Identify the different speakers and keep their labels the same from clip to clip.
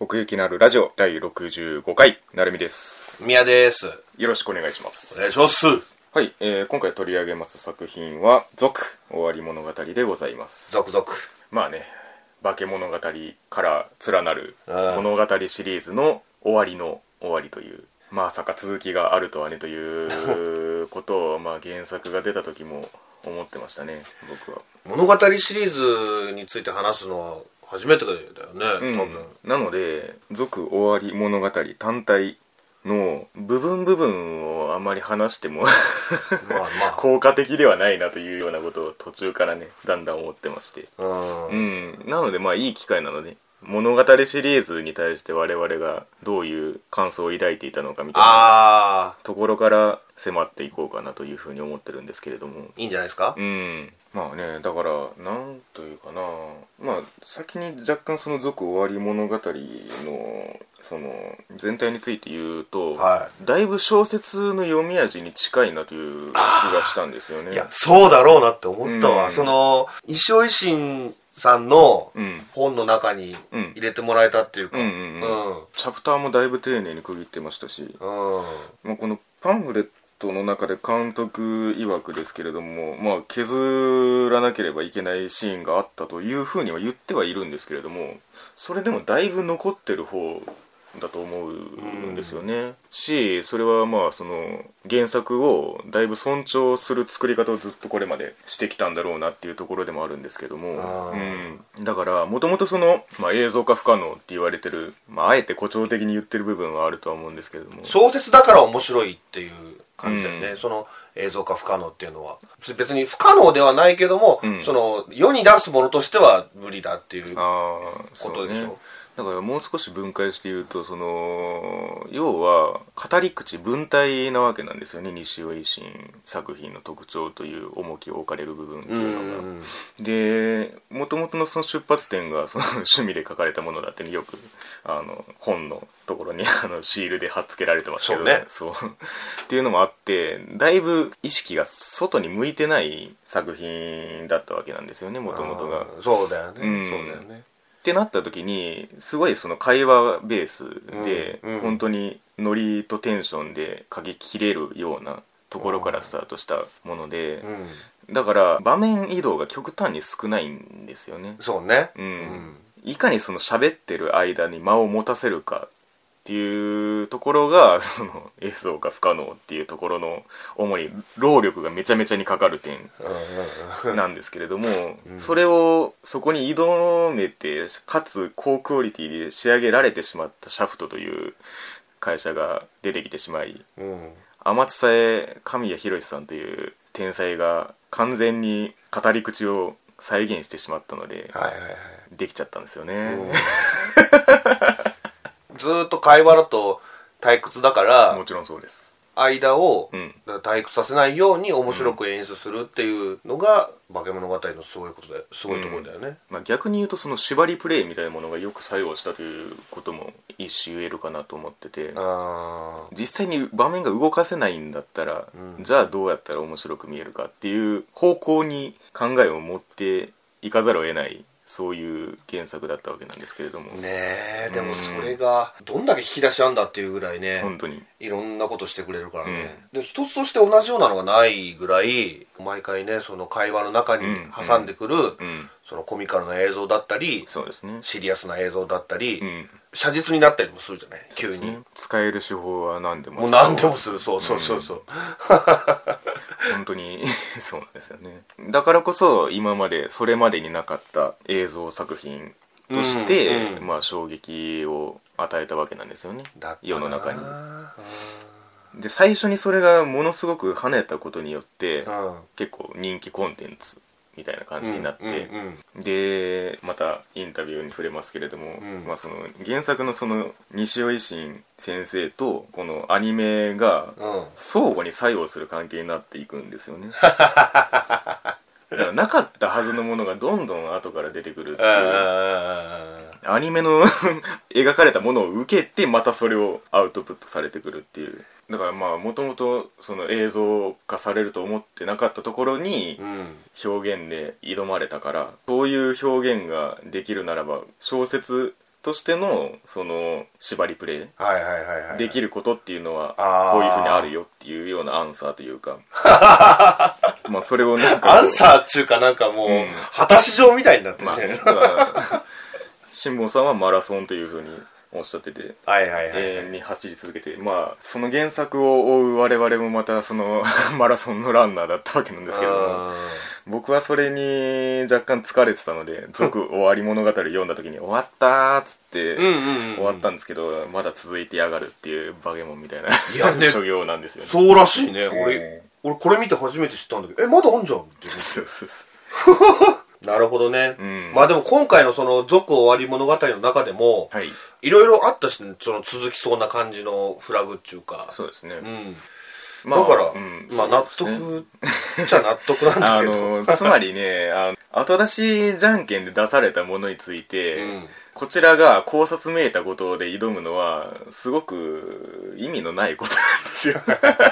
Speaker 1: 奥行きのあるラジオ第65回、なるみです。
Speaker 2: 宮です。
Speaker 1: よろしくお願いしま
Speaker 2: お
Speaker 1: す。
Speaker 2: 願いします。
Speaker 1: はい、えー今回取り上げます作品は、続、終わり物語でございます。
Speaker 2: 続々。
Speaker 1: まあね、化け物語から連なる
Speaker 2: うん
Speaker 1: 物語シリーズの終わりの終わりという、まさか続きがあるとはねということを、まあ原作が出た時も思ってましたね、僕は。
Speaker 2: 物語シリーズについて話すのは初めてだよね、多分。
Speaker 1: なので「続終わり物語」単体の部分部分をあんまり話しても
Speaker 2: まあ
Speaker 1: 効果的ではないなというようなことを途中からねだんだん思ってまして
Speaker 2: まあ。う。
Speaker 1: うんんなのでまあいい機会なので物語シリーズに対して我々がどういう感想を抱いていたのかみたいな
Speaker 2: あ
Speaker 1: ところから迫っていこうかなというふうに思ってるんですけれども
Speaker 2: ー、いいんじゃないですか
Speaker 1: うんまあねだからなんというかなまあ先に若干その「続終わり物語の」その全体について言うと、
Speaker 2: は
Speaker 1: だいぶ小説の読み味に近いなという気がしたんですよね
Speaker 2: いや、そうだろうなって思った
Speaker 1: うん
Speaker 2: わ。その、石尾維新さんの
Speaker 1: うん
Speaker 2: 本の中に
Speaker 1: うん
Speaker 2: 入れてもらえたっていうか。
Speaker 1: う
Speaker 2: うん
Speaker 1: うんうん
Speaker 2: ん。
Speaker 1: チャプターもだいぶ丁寧に区切ってましたし、
Speaker 2: うん。
Speaker 1: まあ、このパンフレットの中で監督曰くですけれども、まあ、削らなければいけないシーンがあったというふうには言ってはいるんですけれどもそれでもだいぶ残ってる方だと思うんですよね、しそれはまあその原作をだいぶ尊重する作り方をずっとこれまでしてきたんだろうなっていうところでもあるんですけども、
Speaker 2: あ
Speaker 1: う
Speaker 2: ー
Speaker 1: んうん、だからもともとその、まあ、映像化不可能って言われてる、まあ、あえて誇張的に言ってる部分はあるとは思うんですけれども
Speaker 2: 小説だから面白いっていう感じだよね、
Speaker 1: うん
Speaker 2: その映像化不可能っていうのは別に不可能ではないけども、
Speaker 1: ん
Speaker 2: その世に出すものとしては無理だっていう
Speaker 1: ああそ
Speaker 2: こと
Speaker 1: う
Speaker 2: で
Speaker 1: ね
Speaker 2: しょ
Speaker 1: だからもう少し分解して言うとその要は語り口文体なわけなんですよね西尾維新作品の特徴という重きを置かれる部分っていうのが。でもともとのその出発点がその 趣味で書かれたものだってね、よくあの本のところに あのシールで貼っつけられてますけど
Speaker 2: そうね
Speaker 1: そうっていうのもあってだいぶ意識が外に向いてない作品だったわけなんですよねもともとが。
Speaker 2: あーそうだよね、
Speaker 1: うん
Speaker 2: そうだよね
Speaker 1: ってなった時にすごいその会話ベースで、
Speaker 2: うんうん
Speaker 1: 本当にノリとテンションで書き切れるようなところからスタートしたもので、
Speaker 2: うん
Speaker 1: だから場面移動が極端に少ないんですよね、
Speaker 2: そうね
Speaker 1: うんいかにその喋ってる間に間を持たせるかっていうところが その映像が不可能っていうところの主に労力がめちゃめちゃにかかる点
Speaker 2: うんうん
Speaker 1: なんですけれども、それをそこに挑めてかつ高クオリティで仕上げられてしまったシャフトという会社が出てきてしまい
Speaker 2: うんうん
Speaker 1: 天津さえ神谷博さんという天才が完全に語り口を再現してしまったので
Speaker 2: はいはいはい
Speaker 1: できちゃったんですよね、
Speaker 2: ずーっと会話だと退屈だから
Speaker 1: もちろんそうです
Speaker 2: 間を
Speaker 1: うん
Speaker 2: 退屈させないように面白く演出するっていうのが「化け物語」のすごいことだよすごいところだよね、
Speaker 1: まあ、逆に言うとその縛りプレイみたいなものがよく作用したということも一種言えるかなと思ってて
Speaker 2: あ
Speaker 1: 実際に場面が動かせないんだったら、じゃあどうやったら面白く見えるかっていう方向に考えを持っていかざるを得ないそういう原作だったわけなんですけれども、
Speaker 2: あねえでもそれがどんだけ引き出しあんだっていうぐらいね
Speaker 1: 本当に
Speaker 2: いろんなことしてくれるからね、で一つとして同じようなのがないぐらい毎回ねその会話の中に
Speaker 1: うん
Speaker 2: 挟んでくる、
Speaker 1: ん
Speaker 2: そのコミカルな映像だったり
Speaker 1: そうですね、
Speaker 2: シリアスな映像だったり、
Speaker 1: うん
Speaker 2: 写実になったりもするじゃない急に、
Speaker 1: 使える手法は何でも
Speaker 2: もう何でもするそうそうそうそう、
Speaker 1: 本当に そうなんですよねだからこそ今までそれまでになかった映像作品として、
Speaker 2: うんうん
Speaker 1: まあ衝撃を与えたわけなんですよね
Speaker 2: だったな
Speaker 1: 世の中に
Speaker 2: う
Speaker 1: で最初にそれがものすごく跳ねたことによって、
Speaker 2: んうん
Speaker 1: 結構人気コンテンツみたいな感じになって、
Speaker 2: うんうん
Speaker 1: でまたインタビューに触れますけれども、
Speaker 2: うん
Speaker 1: まあ、その原作のその西尾維新先生とこのアニメが
Speaker 2: うんうん
Speaker 1: 相互に作用する関係になっていくんです よねだからなかったはずのものがどんどん後から出てくるっていうアニメの 描かれたものを受けてまたそれをアウトプットされてくるっていうだからまあもともとその映像化されると思ってなかったところに
Speaker 2: うん
Speaker 1: 表現で挑まれたからそういう表現ができるならば小説としてのその縛りプレ
Speaker 2: はいはいはいはいは
Speaker 1: イ
Speaker 2: い
Speaker 1: できることっていうのは
Speaker 2: あー
Speaker 1: こういうふうにあるよっていうようなアンサーという かまあそれをなんかこう
Speaker 2: アンサーっちゅうかなんかもう、
Speaker 1: うん
Speaker 2: 果たし状みたいになってて、
Speaker 1: まあだから辛坊さんはマラソンというふうにおっしゃってて
Speaker 2: はいはいはい、
Speaker 1: 永遠に走り続けてまあその原作を追う我々もまたその マラソンのランナーだったわけなんですけれども
Speaker 2: うん
Speaker 1: 僕はそれに若干疲れてたので「続終わり物語」読んだ時 に「終わった」っつって
Speaker 2: うんうんうん
Speaker 1: 終わったんですけどまだ続いてやがるっていうバケモンみたいな
Speaker 2: や ね
Speaker 1: 所業なんですよね
Speaker 2: そうらしいね、
Speaker 1: うん
Speaker 2: 俺俺これ見て初めて知ったんだけどえまだあんじゃんって
Speaker 1: そうそうそう
Speaker 2: なるほどね、
Speaker 1: ん
Speaker 2: まあでも今回のその「続終わり物語」の中でも、
Speaker 1: はい
Speaker 2: いろいろあったし、その続きそうな感じのフラグっちゅうか。
Speaker 1: そうですね、
Speaker 2: うん。
Speaker 1: まあ
Speaker 2: だから、
Speaker 1: うん
Speaker 2: まあ納得じゃ納得なんだ
Speaker 1: あ
Speaker 2: けど。
Speaker 1: のつまりねあの後出しじゃんけんで出されたものについて、
Speaker 2: うん
Speaker 1: こちらが考察めいたことで挑むのはすごく意味のないことなんですよ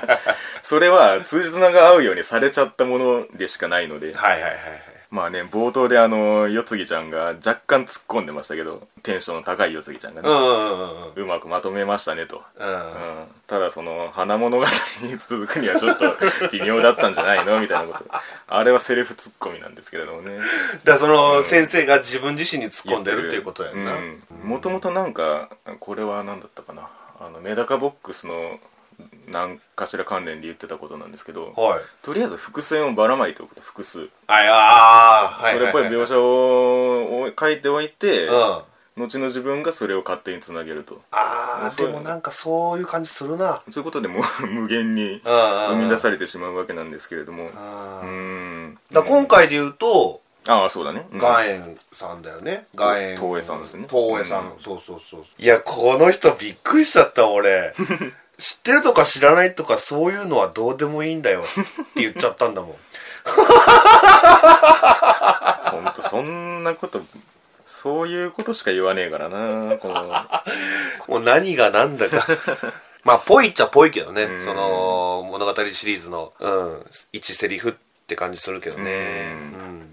Speaker 1: それは通じつなが合うようにされちゃったものでしかないので
Speaker 2: はいはいはいはい。
Speaker 1: まあね冒頭であの世継ぎちゃんが若干突っ込んでましたけどテンションの高い世継ぎちゃんが
Speaker 2: う
Speaker 1: ね、
Speaker 2: んうんうんうん。
Speaker 1: うまくまとめましたねと
Speaker 2: うん
Speaker 1: うんただその花物語に続くにはちょっと微妙だったんじゃないのみたいなことあれはセルフツッコミなんですけれどもね
Speaker 2: だからその先生が自分自身に突っ込んでるっていうことやんな。
Speaker 1: もともとなんかこれは何だったかなあのメダカボックスの何かしら関連で言ってたことなんですけど
Speaker 2: はい。
Speaker 1: とりあえず伏線をばらまいておくと複数
Speaker 2: あいあー、は
Speaker 1: そ
Speaker 2: い
Speaker 1: れっぽい描写を書いておいて
Speaker 2: うん。
Speaker 1: 後の自分がそれを勝手につなげると
Speaker 2: あー、
Speaker 1: そう
Speaker 2: で
Speaker 1: いうの
Speaker 2: もなんかそういう感じするな。
Speaker 1: そういうことでもう無限に
Speaker 2: うんうん
Speaker 1: 生
Speaker 2: うん
Speaker 1: み出されてしまうわけなんですけれどもう
Speaker 2: あー
Speaker 1: ん
Speaker 2: だから今回で言うと、
Speaker 1: ああそうだね、うん
Speaker 2: 岩塩さんだよね岩塩
Speaker 1: 東映さんですね
Speaker 2: 東映さん、
Speaker 1: う
Speaker 2: そうそうそういやこの人びっくりしちゃった 俺知ってるとか知らないとかそういうのはどうでもいいんだよって言っちゃったんだ もん
Speaker 1: ほんとそんなことそういうことしか言わねえからなこの
Speaker 2: もう何が何だ かまあぽいっちゃぽいけどね
Speaker 1: ん
Speaker 2: その物語シリーズの、うん、一セリフって感じするけどね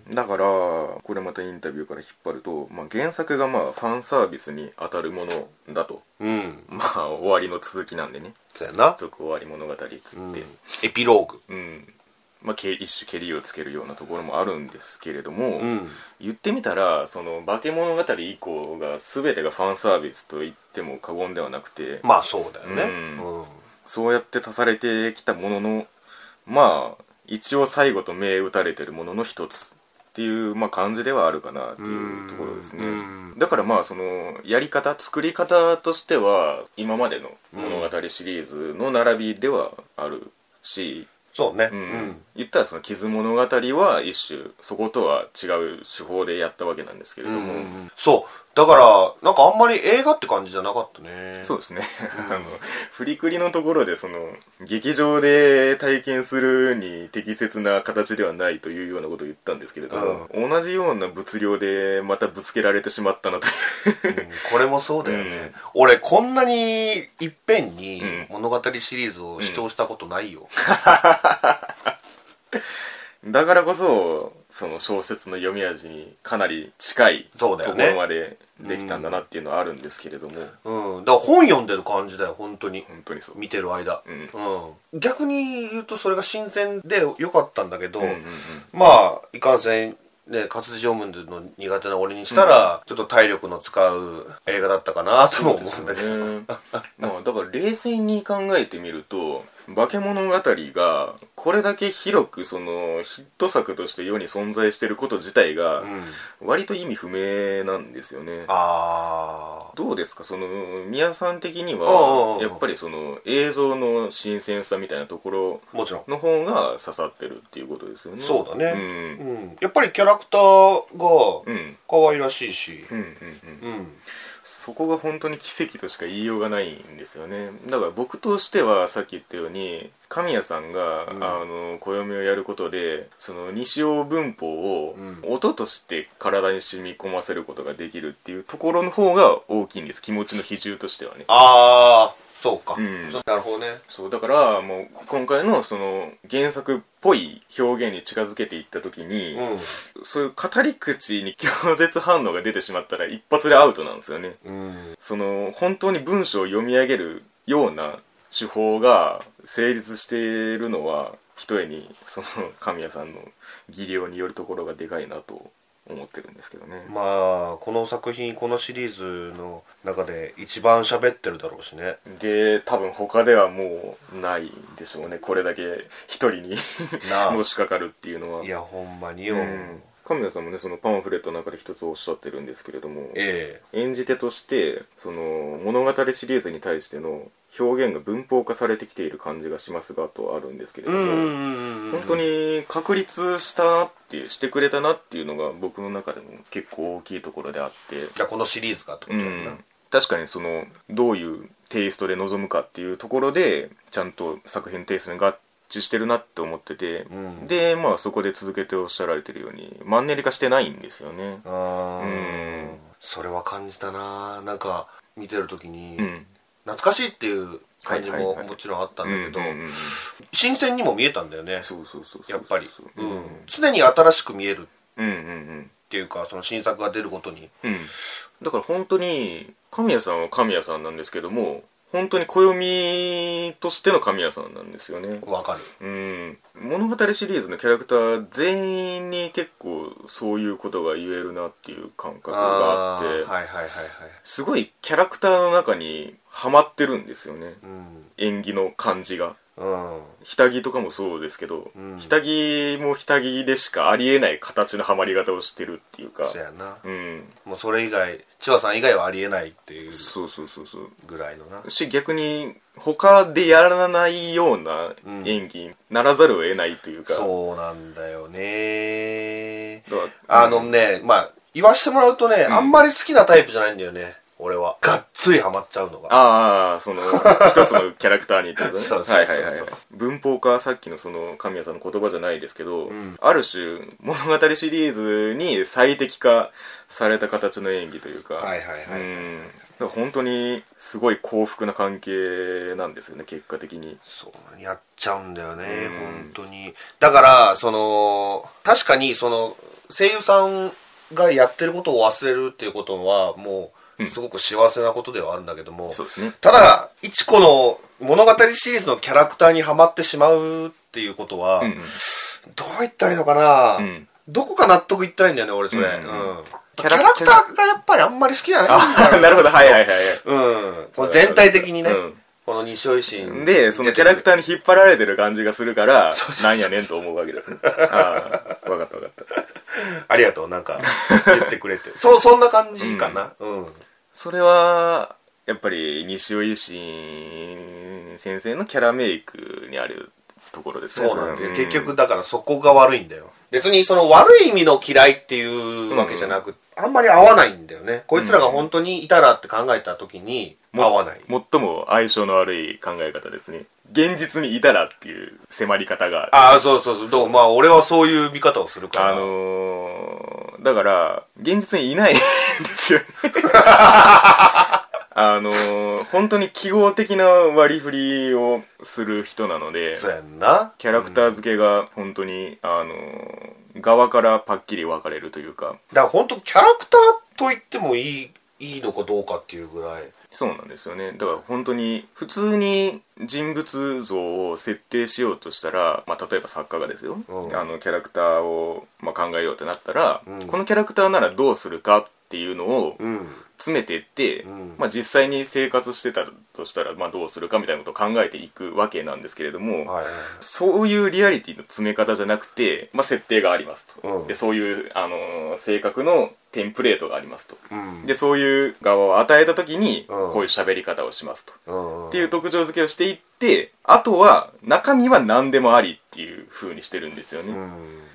Speaker 1: う
Speaker 2: うん
Speaker 1: だからこれまたインタビューから引っ張ると、まあ、原作がまあファンサービスに当たるものだと
Speaker 2: うん、
Speaker 1: まあ終わりの続きなんでね
Speaker 2: そうやな、
Speaker 1: 続終わり物語っつ
Speaker 2: う
Speaker 1: っ
Speaker 2: ん
Speaker 1: て、
Speaker 2: エピローグ
Speaker 1: うんまあ、け一種けりをつけるようなところもあるんですけれども、
Speaker 2: うん
Speaker 1: 言ってみたらその化け物語以降が全てがファンサービスと言っても過言ではなくて、
Speaker 2: まあそうだよね
Speaker 1: う
Speaker 2: うん、
Speaker 1: そうやって足されてきたもののまあ一応最後と銘打たれてるものの一つっていう、まあ、感じではあるかなっていうところですね
Speaker 2: うん
Speaker 1: だからまあそのやり方作り方としては今までの物語シリーズの並びではあるし、
Speaker 2: そうね
Speaker 1: うん
Speaker 2: うん
Speaker 1: 言ったらその「傷物語」は一種そことは違う手法でやったわけなんですけれども、
Speaker 2: そうだからなんかあんまり映画って感じじゃなかったね
Speaker 1: そうですね、 あの振りくりのところでその劇場で体験するに適切な形ではないというようなことを言ったんですけれども、同じような物量でまたぶつけられてしまったなという
Speaker 2: これもそうだよね、
Speaker 1: うん
Speaker 2: 俺こんなにいっぺんに
Speaker 1: うん
Speaker 2: 物語シリーズを視聴したことないよ、
Speaker 1: だからこそその小説の読み味にかなり近いと
Speaker 2: そ
Speaker 1: こ
Speaker 2: うだよね
Speaker 1: ろまでできたんだなっていうのはあるんですけれども、
Speaker 2: うんだから本読んでる感じだよ本当に
Speaker 1: 本当にそう
Speaker 2: 見てる間、
Speaker 1: うん
Speaker 2: うん逆に言うとそれが新鮮でよかったんだけど、
Speaker 1: うんうんうん
Speaker 2: まあいかんせんね、活字読むの苦手な俺にしたら、ちょっと体力の使う映画だったかなとも思うんだけど、
Speaker 1: ねまあだから冷静に考えてみると「化け物語」がこれだけ広くそのヒット作として世に存在してること自体が
Speaker 2: うん、
Speaker 1: 割と意味不明なんですよね。
Speaker 2: ああ
Speaker 1: どうですかその宮さん的に
Speaker 2: あああ
Speaker 1: は
Speaker 2: あ
Speaker 1: やっぱりその映像の新鮮さみたいなところ
Speaker 2: もちろん
Speaker 1: の方が刺さってるっていうことですよね。
Speaker 2: そうだね、
Speaker 1: う
Speaker 2: うんやっぱりキャラクター
Speaker 1: うん、う
Speaker 2: が
Speaker 1: ん
Speaker 2: 可愛らしいし
Speaker 1: うんうんうん
Speaker 2: うん、
Speaker 1: そこが本当に奇跡としか言いようがないんですよねだから僕としてはさっき言ったように神谷さんが、
Speaker 2: うん
Speaker 1: あの暦をやることでその西洋文法を
Speaker 2: うん
Speaker 1: 音として体に染み込ませることができるっていうところの方が大きいんです気持ちの比重としてはね
Speaker 2: ああそうか、
Speaker 1: うん
Speaker 2: そうなるほどね
Speaker 1: そうだからもう今回のその原作っぽい表現に近づけていった時に、そういう語り口に拒絶反応が出てしまったら一発でアウトなんですよね
Speaker 2: うん、うん、
Speaker 1: その本当に文章を読み上げるような手法が成立しているのはひとえにその神谷さんの技量によるところがでかいなと思ってるんですけどね、
Speaker 2: まあこの作品このシリーズの中で一番喋ってるだろうしね
Speaker 1: で多分他ではもうないでしょうねこれだけ一人に
Speaker 2: なあ
Speaker 1: のしかかるっていうのはい
Speaker 2: やほんまによ、
Speaker 1: うん神谷さんもねそのパンフレットの中で一つおっしゃってるんですけれども
Speaker 2: え
Speaker 1: 演じ手としてその物語シリーズに対しての表現が文法化されてきている感じがしますがとあるんですけれ
Speaker 2: え
Speaker 1: ども、
Speaker 2: ん
Speaker 1: 本当に確立したなっていうしてくれたなっていうのが僕の中でも結構大きいところであって、
Speaker 2: じゃあこのシリーズかってこと
Speaker 1: う
Speaker 2: だよな、
Speaker 1: ん、確かにそのどういうテイストで臨むかっていうところでちゃんと作品テイストに合致してるなって思ってて、
Speaker 2: うん
Speaker 1: でまあそこで続けておっしゃられてるようにマンネリ化してないんですよね。
Speaker 2: あー
Speaker 1: うん
Speaker 2: それは感じたななんか見てる時に、
Speaker 1: うん
Speaker 2: 懐かしいっていう感じ
Speaker 1: はいは
Speaker 2: も
Speaker 1: いはい
Speaker 2: もちろんあったんだけど、
Speaker 1: うんうんうんうん
Speaker 2: 新鮮にも見えたんだよね
Speaker 1: そうそうそうそう
Speaker 2: やっぱり
Speaker 1: そう、
Speaker 2: う
Speaker 1: うん
Speaker 2: ん、常に新しく見えるっ
Speaker 1: うんうん
Speaker 2: ていうかその新作が出ることに
Speaker 1: うんうんだから本当に神谷さんは神谷さんなんですけども本当に暦としての神谷さんなんですよね
Speaker 2: わかる
Speaker 1: うん物語シリーズのキャラクター全員に結構そういうことが言えるなっていう感覚があ
Speaker 2: あ
Speaker 1: っ
Speaker 2: ー
Speaker 1: て
Speaker 2: はいはいはいはい
Speaker 1: すごいキャラクターの中にはまってるんですよね
Speaker 2: うん
Speaker 1: 演技の感じが
Speaker 2: うん
Speaker 1: 下着とかもそうですけど、
Speaker 2: うん
Speaker 1: 下着も下着でしかありえない形のはまり方をしてるっていうか
Speaker 2: そやな
Speaker 1: うん
Speaker 2: もうそれ以外千葉さん以外はありえないっていう
Speaker 1: そうそうそうそう
Speaker 2: ぐらいのな
Speaker 1: し逆に他でやらないような
Speaker 2: うん
Speaker 1: 演技にならざるを得ないというか、
Speaker 2: そうなんだよね
Speaker 1: だから
Speaker 2: あのね、まあ、言わしてもらうとね、あんまり好きなタイプじゃないんだよね、俺は。がっつりハマっちゃうのが。
Speaker 1: ああその一つのキャラクターにってことね
Speaker 2: そうそうそうそう
Speaker 1: はいはいはい文法化さっきのその神谷さんの言葉じゃないですけど、
Speaker 2: ん
Speaker 1: ある種物語シリーズに最適化された形の演技というか
Speaker 2: はいはいはい
Speaker 1: うんだから本当にすごい幸福な関係なんですよね結果的に
Speaker 2: そう、やっちゃうんだよね、本当に。だから、その、確かに、その、声優さんがやってることを忘れるっていうことは、もう、すごく幸せなことではあるんだけども、
Speaker 1: そうですね
Speaker 2: ただ、一個の物語シリーズのキャラクターにはまってしまうっていうことは、
Speaker 1: うんうん
Speaker 2: どう言ったらいいのかな、
Speaker 1: うん
Speaker 2: どこか納得いってないんだよね、俺、それ。
Speaker 1: うんうん
Speaker 2: うんキ
Speaker 1: キ
Speaker 2: ャ
Speaker 1: ャ
Speaker 2: ラ
Speaker 1: ラ
Speaker 2: クターがやっぱりあんまり好きじゃない
Speaker 1: あ あなるほどはいはいはいはい
Speaker 2: うん。この全体的にね、
Speaker 1: うん
Speaker 2: この西尾維新。
Speaker 1: で、そのキャラク
Speaker 2: タ
Speaker 1: ターに引っ張られてる感じがするから、なんやねんと思うわけ ですね。ああ、わかったわかった。
Speaker 2: ー。ありがとう、な んか、言ってくれて。そう、そんな感じかな。うん。
Speaker 1: それは、やっぱり西尾維新先生のキャラメイクにあるところですね。
Speaker 2: そうなんだよ。
Speaker 1: れは
Speaker 2: 結、局、だからそこが悪いんだよ。別にその悪い意味の嫌いっていうわけじゃなく、あんまり合わないんだよね。こいつらが本当にいたらって考えた時に、
Speaker 1: も
Speaker 2: 合わない。
Speaker 1: 最も相性の悪い考え方ですね。現実にいたらっていう迫り方が
Speaker 2: ああ、そうそうそう。どうまあ、俺はそういう見方をするから。
Speaker 1: あのー、だから、現実にいないんです よね。あのー、本当に記号的な割り振りをする人なので、
Speaker 2: そうやんな。
Speaker 1: キャラクター付けが本当に、あのー、側からパッキリ分かれるというか、
Speaker 2: だから本当キャラクターと言ってもいい、いいのかどうかっていうぐらい。
Speaker 1: そうなんですよね。だから本当に、普通に人物像を設定しようとしたら、まあ、例えば作家がですよ、
Speaker 2: うん
Speaker 1: あの、キャラクターを、まあ、考えようってなったら、
Speaker 2: うん
Speaker 1: このキャラクターならどうするかっていうのを、
Speaker 2: うん。
Speaker 1: 詰めていって、
Speaker 2: うん
Speaker 1: まあ、実際に生活してたとしたら、まあ、どうするかみたいなことを考えていくわけなんですけれども、
Speaker 2: はい。
Speaker 1: そういうリアリティの詰め方じゃなくて、まあ、設定がありますと、
Speaker 2: うん
Speaker 1: でそういう、あのー性格のテンプレートがありますと、
Speaker 2: うん。
Speaker 1: でそういう側を与えた時に、
Speaker 2: うん
Speaker 1: こういう喋り方をしますと、
Speaker 2: うん。
Speaker 1: っていう特徴付けをしていってあとは中身は何でもありっていう風にしてるんですよね、
Speaker 2: うん。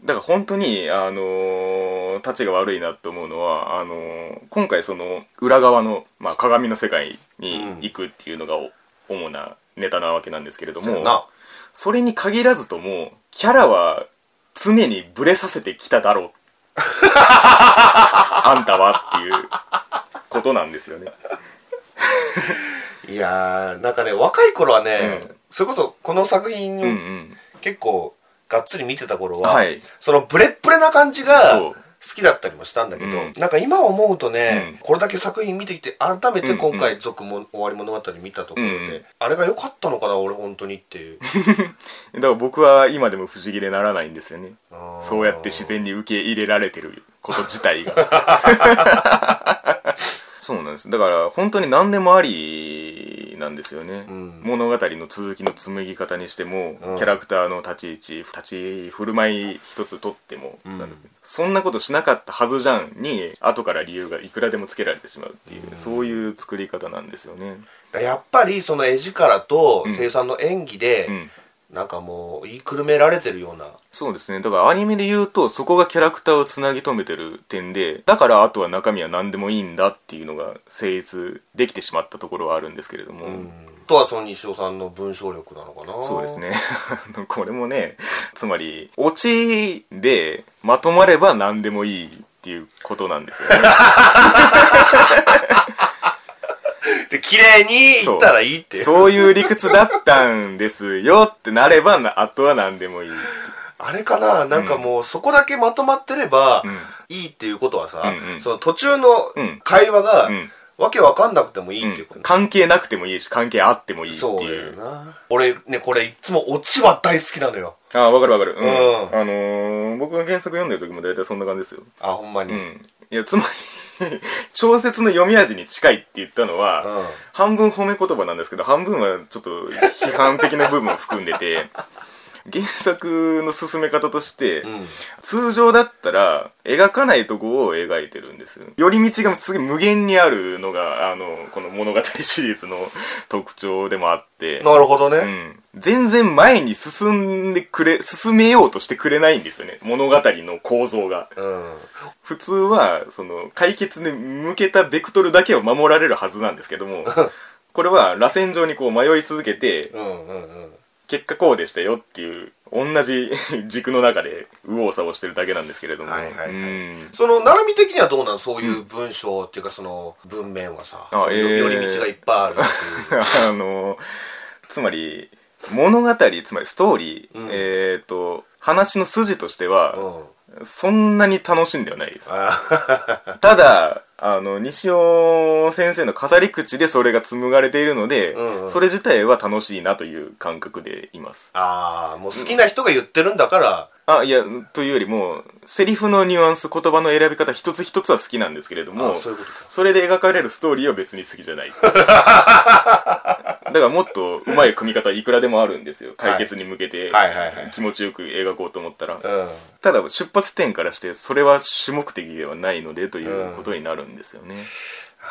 Speaker 1: だから本当に、あのー、たちが悪いなって思うのは、あのー今回その裏側の、まあ、鏡の世界に行くっていうのがお主なネタなわけなんですけれど
Speaker 2: そうや
Speaker 1: も、
Speaker 2: な。
Speaker 1: それに限らずとも、キャラは常にブレさせてきただろう。 あんたはっていうことなんですよね。
Speaker 2: いいやーなんかね若い頃はね、
Speaker 1: うん
Speaker 2: それこそこの作品
Speaker 1: うんう
Speaker 2: を
Speaker 1: ん
Speaker 2: 結構がっつり見てた頃は、
Speaker 1: はい
Speaker 2: そのブレッブレな感じが
Speaker 1: そう
Speaker 2: 好きだったりもしたんだけど、
Speaker 1: うん
Speaker 2: なんか今思うとね、
Speaker 1: うん
Speaker 2: これだけ作品見てきて改めて今
Speaker 1: うん
Speaker 2: 回「続も終わり物語」見たところで、
Speaker 1: うん
Speaker 2: あれが良かったのかな俺本当にっていう
Speaker 1: だから僕は今でも不思議でならないんですよね
Speaker 2: あー
Speaker 1: そうやって自然に受け入れられてること自体が そうなんですだから本当に何でもありなんですよね、
Speaker 2: ん
Speaker 1: 物語の続きの紡ぎ方にしても、
Speaker 2: うん
Speaker 1: キャラクターの立ち位置立ち振る舞い一つとっても、なんだそんなことしなかったはずじゃんに後から理由がいくらでもつけられてしまうっていう、そういう作り方なんですよね
Speaker 2: やっぱりその絵力と生産の演技で、
Speaker 1: ん
Speaker 2: なんかもう言いくるめられてるような
Speaker 1: そうですね。だからアニメで言うと、そこがキャラクターをつなぎ止めてる点で、だからあとは中身は何でもいいんだっていうのが成立できてしまったところはあるんですけれども。
Speaker 2: あとはその西尾さんの文章力なのかな
Speaker 1: そうですね。 あのこれもね、つまり、オチでまとまれば何でもいいっていうことなんですよ ね。
Speaker 2: で綺麗に言ったらいいっていう
Speaker 1: そういう理屈だったんですよってなれば、なあとは何でもいいっていう。
Speaker 2: あれかななんかもうそこだけまとまってればいいっていうことはさ、
Speaker 1: うんうん
Speaker 2: その途中の
Speaker 1: うん
Speaker 2: 会話が
Speaker 1: ん
Speaker 2: わけわかんなくてもいいっていうこと、
Speaker 1: うん関係なくてもいいし、関係あってもいいって
Speaker 2: そうだ
Speaker 1: い
Speaker 2: よ
Speaker 1: う。
Speaker 2: な俺ねこれいつもオチは大好きなのよ
Speaker 1: ああ、わかるわかる。うん。
Speaker 2: うん
Speaker 1: あのー僕が原作読んでる時も大体そんな感じですよ。
Speaker 2: あほんまに、
Speaker 1: うん。いや、つまり、 小説の読み味に近いって言ったのは、
Speaker 2: うん
Speaker 1: 半分褒め言葉なんですけど、半分はちょっと批判的な部分を含んでて、 原作の進め方として、
Speaker 2: ん
Speaker 1: 通常だったら描かないとこを描いてるんですよ寄り道がすげえ無限にあるのがあのこの物語シリーズの 特徴でもあって、
Speaker 2: なるほどね、
Speaker 1: うん、全然前に進んでくれ進めようとしてくれないんですよね物語の構造が
Speaker 2: うん
Speaker 1: 普通はその解決に向けたベクトルだけを守られるはずなんですけど もこれは螺旋状にこう迷い続けて
Speaker 2: うんうんうん
Speaker 1: 結果こうでしたよっていう同じ 軸の中で右往左往してるだけなんですけれども、
Speaker 2: はいはいはい
Speaker 1: うん
Speaker 2: その成海的にはどうなんそういう文章っていうかその文面はさ、
Speaker 1: あ
Speaker 2: そのよ
Speaker 1: えー
Speaker 2: 寄り道がいっぱいあるっていう
Speaker 1: あのつまり物語つまりストーリー、
Speaker 2: うん
Speaker 1: えっ、と話の筋としては、
Speaker 2: うん
Speaker 1: そんなに楽しんではないです。
Speaker 2: あ
Speaker 1: ただ、あの、西尾先生の語り口でそれが紡がれているので、
Speaker 2: うんうん
Speaker 1: それ自体は楽しいなという感覚でいます。
Speaker 2: あーもう好きな人が言ってるんだから、
Speaker 1: あ、いや、というよりも、セリフのニュアンス、言葉の選び方一つ一つは好きなんですけれども、
Speaker 2: あそういうことか
Speaker 1: それで描かれるストーリーは別に好きじゃ ない。だからもっとうまい組み方いくらでもあるんですよ。解決に向けて
Speaker 2: はいはいはいはい
Speaker 1: 気持ちよく描こうと思ったら。
Speaker 2: うん
Speaker 1: ただ出発点からしてそれは主目的ではないのでということになるんですよね、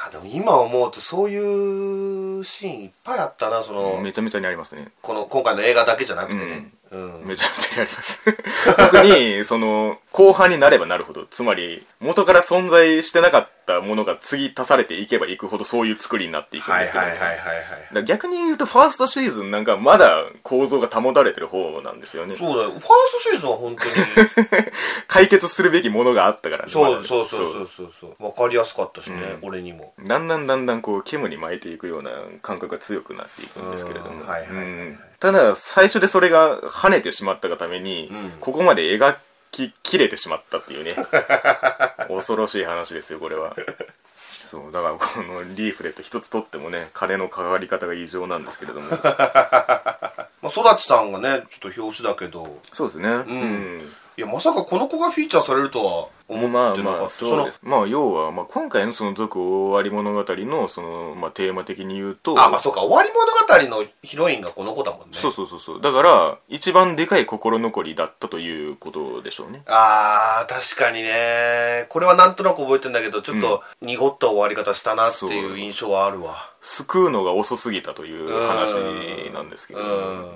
Speaker 2: あーでも今思うとそういうシーンいっぱいあったなその、
Speaker 1: めちゃめちゃにありますね
Speaker 2: この今回の映画だけじゃなくてね、うん
Speaker 1: めちゃめちゃにあります 特にその後半になればなるほどつまり元から存在してなかったものが次足されていけばいくほどそういう作りになっていくん
Speaker 2: は
Speaker 1: で
Speaker 2: い
Speaker 1: すけど、
Speaker 2: はいはいはいはい
Speaker 1: だから逆に言うとファーストシーズンなんかまだ構造が保たれてる方なんですよね
Speaker 2: そうだよファーストシーズンは本当 に
Speaker 1: 解決するべきものがあったからねま
Speaker 2: そ
Speaker 1: だ
Speaker 2: う
Speaker 1: ね
Speaker 2: そうそうそうそうそう分かりやすかったしね、俺にも
Speaker 1: だんだんだんだんこう煙に巻いていくような感覚が強くなっていくんですけれども
Speaker 2: うんはいはいはいはい
Speaker 1: うんただ最初でそれが跳ねてしまったがために、ここまで描き切れてしまったっていうね 恐ろしい話ですよこれはそうだからこのリーフレット一つ取ってもね金のかかり方が異常なんですけれど も
Speaker 2: まあ、育ちさんがねちょっと表紙だけど
Speaker 1: そうですねうん
Speaker 2: いやまさかこの子がフィーチャーされるとは思
Speaker 1: ま
Speaker 2: っ
Speaker 1: あ
Speaker 2: てなかった、
Speaker 1: まあそうですまあ要はまあ今回のその「続終わり物語の」そのまあテーマ的に言うと
Speaker 2: あまあそうか終わり物語のヒロインがこの子だもんね
Speaker 1: そうそうそうそうだから一番でかい心残りだったということでしょうね
Speaker 2: あー確かにねこれはなんとなく覚えてんだけどちょっと濁った終わり方したなっていう印象はあるわ
Speaker 1: 救うのが遅すぎたという話なんですけど
Speaker 2: う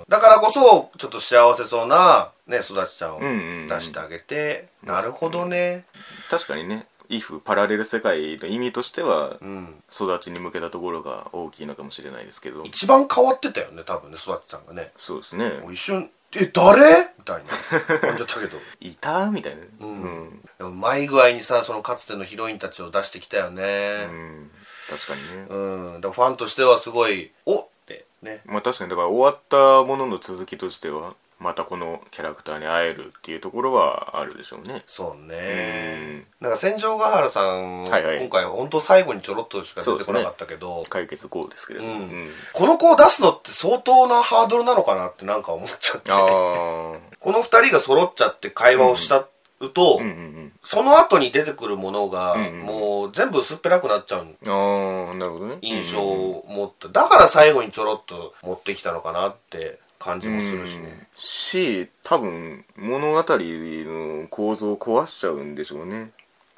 Speaker 2: んだからこそちょっと幸せそうなね育ちちゃんを
Speaker 1: んうんうん
Speaker 2: 出してあげて、なるほどね
Speaker 1: 確かにね「if パラレル世界」の意味としては
Speaker 2: うん
Speaker 1: 育ちに向けたところが大きいのかもしれないですけど
Speaker 2: 一番変わってたよね多分ね育ちちゃんがね
Speaker 1: そうですね
Speaker 2: もう一瞬「え誰?」みたいな感じだったけど
Speaker 1: 「いた?」みたいなねうん、
Speaker 2: でもうまい具合にさそのかつてのヒロインたちを出してきたよね、
Speaker 1: うん確かにね、
Speaker 2: うん、だからファンとしてはすごいおってね
Speaker 1: まあ確かにだから終わったものの続きとしてはまたこのキャラクターに会えるっていうところはあるでしょうね
Speaker 2: そうねなんか戦場ヶ原さんも
Speaker 1: はいはい
Speaker 2: 今回本当最後にちょろっとしか出てこなかったけど、
Speaker 1: 解決後ですけれども、
Speaker 2: うん
Speaker 1: うん
Speaker 2: この子を出すのって相当なハードルなのかなってなんか思っちゃって
Speaker 1: ああ
Speaker 2: この二人が揃っちゃって会話をしちゃうと、
Speaker 1: うんうん
Speaker 2: その後に出てくるものが、
Speaker 1: うんうん
Speaker 2: もう全部薄っぺらくなっちゃ
Speaker 1: う
Speaker 2: う
Speaker 1: んああなるほどね
Speaker 2: 印象を持った、だから最後にちょろっと持ってきたのかなって感じもするし
Speaker 1: うん
Speaker 2: ね、
Speaker 1: し多分物語の構造を壊しちゃうんでしょうね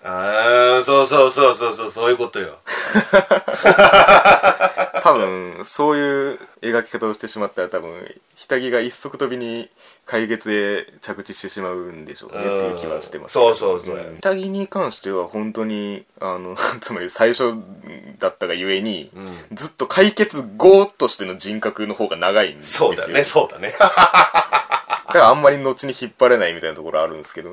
Speaker 2: ああそうそうそうそうそうそういうことよ
Speaker 1: 多分そういう描き方をしてしまったら多分下着が一足飛びに解決へ着地してしまうんでしょうねっていう気はしてます
Speaker 2: そうそうそう、
Speaker 1: うん下着に関しては本当にあの つまり最初だったがゆえに、ずっと解決後としての人格の方が長いんですよ
Speaker 2: そうだねそうだねは
Speaker 1: だからあんまり後に引っ張れないみたいなところあるんですけど
Speaker 2: い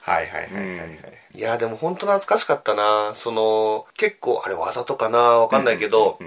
Speaker 2: はいはいはい、はいいやでも本当懐かしかったなその結構あれわざとかなわかんないけど、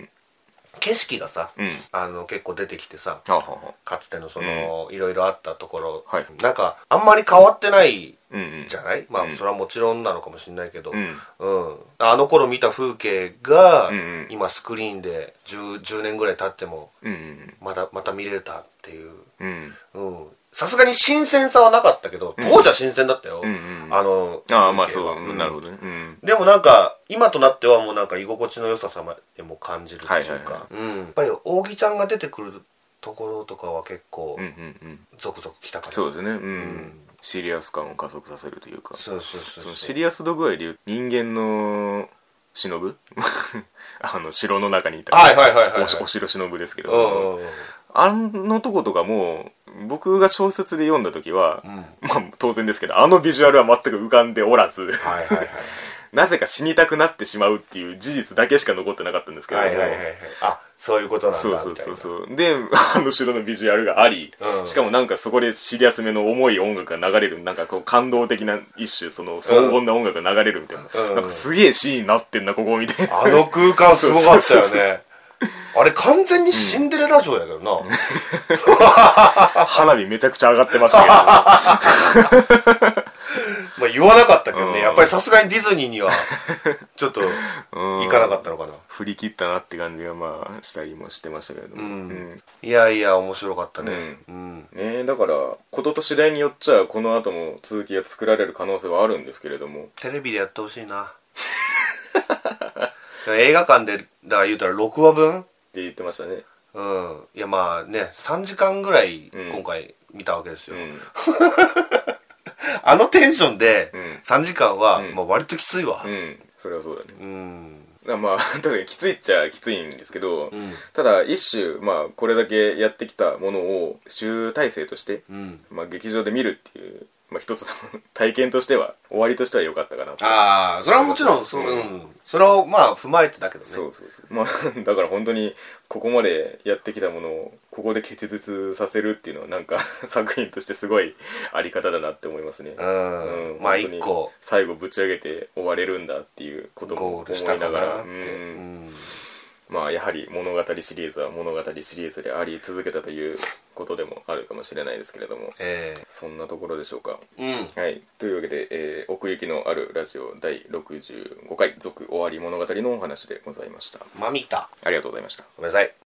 Speaker 2: 景色がさ、
Speaker 1: うん
Speaker 2: あの結構出てきてさ
Speaker 1: ははは
Speaker 2: かつてのその、いろいろあったところ、
Speaker 1: はい
Speaker 2: なんかあんまり変わってない
Speaker 1: うんうん
Speaker 2: じゃないまあ、
Speaker 1: うん
Speaker 2: それはもちろんなのかもしれないけど、
Speaker 1: う
Speaker 2: うんんあの頃見た風景が、
Speaker 1: うんうん
Speaker 2: 今スクリーンで 10, 10年ぐらい経っても
Speaker 1: うんうん
Speaker 2: まだまた見れたっていう
Speaker 1: うんうん
Speaker 2: うんさすがに新鮮さはなかったけど当時は新鮮だったよ、
Speaker 1: んうんうん
Speaker 2: あの
Speaker 1: ああまあ
Speaker 2: 風景
Speaker 1: そ
Speaker 2: は
Speaker 1: う、なるほどねうん
Speaker 2: でもなんか今となってはもうなんか居心地の良ささまでも感じるっていうか、
Speaker 1: はいは
Speaker 2: うん、やっぱり扇ちゃんが出てくるところとかは結構
Speaker 1: うんうんうん
Speaker 2: ゾクゾクきたから、
Speaker 1: そうですねうん、シリアス感を加速させるというか
Speaker 2: そうそうそう
Speaker 1: そ
Speaker 2: そう
Speaker 1: のシリアス度具合で言う人間の忍ぶ あの城の中にいた、
Speaker 2: はいはいはいはいはい
Speaker 1: おしお城忍ぶですけれども
Speaker 2: うんうんうん
Speaker 1: あのとことかもう僕が小説で読んだ時は、まあ当然ですけどあのビジュアルは全く浮かんでおらず
Speaker 2: はいはいはい
Speaker 1: なぜか死にたくなってしまうっていう事実だけしか残ってなかったんですけれ
Speaker 2: は
Speaker 1: ど
Speaker 2: い
Speaker 1: も、
Speaker 2: はいはいはいあそういうことなんだ
Speaker 1: そうそ
Speaker 2: み
Speaker 1: う
Speaker 2: たい
Speaker 1: そ
Speaker 2: な
Speaker 1: うそうで あの城のビジュアルがあり、
Speaker 2: うん
Speaker 1: しかもなんかそこでシリアスめの重い音楽が流れるなんかこう感動的な一種その荘厳な音楽が流れるみたいな、
Speaker 2: うん
Speaker 1: なんかすげえシーンになってんなここみたいな
Speaker 2: あの空間すごかった
Speaker 1: そう
Speaker 2: よ
Speaker 1: そう
Speaker 2: ねあれ完全にシンデレラ城やけどな、
Speaker 1: 花火めちゃくちゃ上がってま した
Speaker 2: まあ言わなかったけどね、
Speaker 1: うん
Speaker 2: やっぱりさすがにディズニーには ちょっと
Speaker 1: けど、うん
Speaker 2: 行かなかったのかな、
Speaker 1: 振り切ったなって感じがまあしたりもしてましたけれども、
Speaker 2: ん
Speaker 1: うん
Speaker 2: いやいや面白かったねうん、
Speaker 1: ねえだからことと次第によっちゃこの後も続きが作られる可能性はあるんですけれども
Speaker 2: テレビでやってほしいな だから映画館でだから言うたら6話分
Speaker 1: って言ってましたね
Speaker 2: うんいやまあね3時間ぐらい
Speaker 1: うん
Speaker 2: 今回見たわけです
Speaker 1: う
Speaker 2: よ、
Speaker 1: ん
Speaker 2: あのテンションで
Speaker 1: うん
Speaker 2: 3時間は、
Speaker 1: うん
Speaker 2: まあ、割ときついわ
Speaker 1: うんそれはそうだね
Speaker 2: うん
Speaker 1: だからまあ 確かにきついっちゃきついんですけど、
Speaker 2: ん
Speaker 1: ただ一種まあこれだけやってきたものを集大成として、
Speaker 2: うん
Speaker 1: まあ、劇場で見るっていう、まあ、一つの 体験としては終わりとしては良かったかなと
Speaker 2: ああそれはもちろんそう、
Speaker 1: う
Speaker 2: うんんそれをまあ踏まえてだけどね
Speaker 1: そうそうそうまあ だから本当にここまでやってきたものをここで結実させるっていうのはなんか 作品としてすごいあり方だなって思いますね
Speaker 2: うんまあ
Speaker 1: 本当に
Speaker 2: 一個
Speaker 1: 最後ぶち上げて終われるんだっていうことも
Speaker 2: ゴー
Speaker 1: 思
Speaker 2: ルし
Speaker 1: い
Speaker 2: た
Speaker 1: な
Speaker 2: か
Speaker 1: が
Speaker 2: な
Speaker 1: ら
Speaker 2: って、
Speaker 1: うん
Speaker 2: うん
Speaker 1: まあやはり物語シリーズは物語シリーズであり続けたということでもあるかもしれないですけれども
Speaker 2: え
Speaker 1: そんなところでしょうか
Speaker 2: えうん
Speaker 1: はいというわけで、えー奥行きのあるラジオ第65回「続終わり物語」のお話でございました
Speaker 2: まみた
Speaker 1: ありがとうございました
Speaker 2: ごめんなさい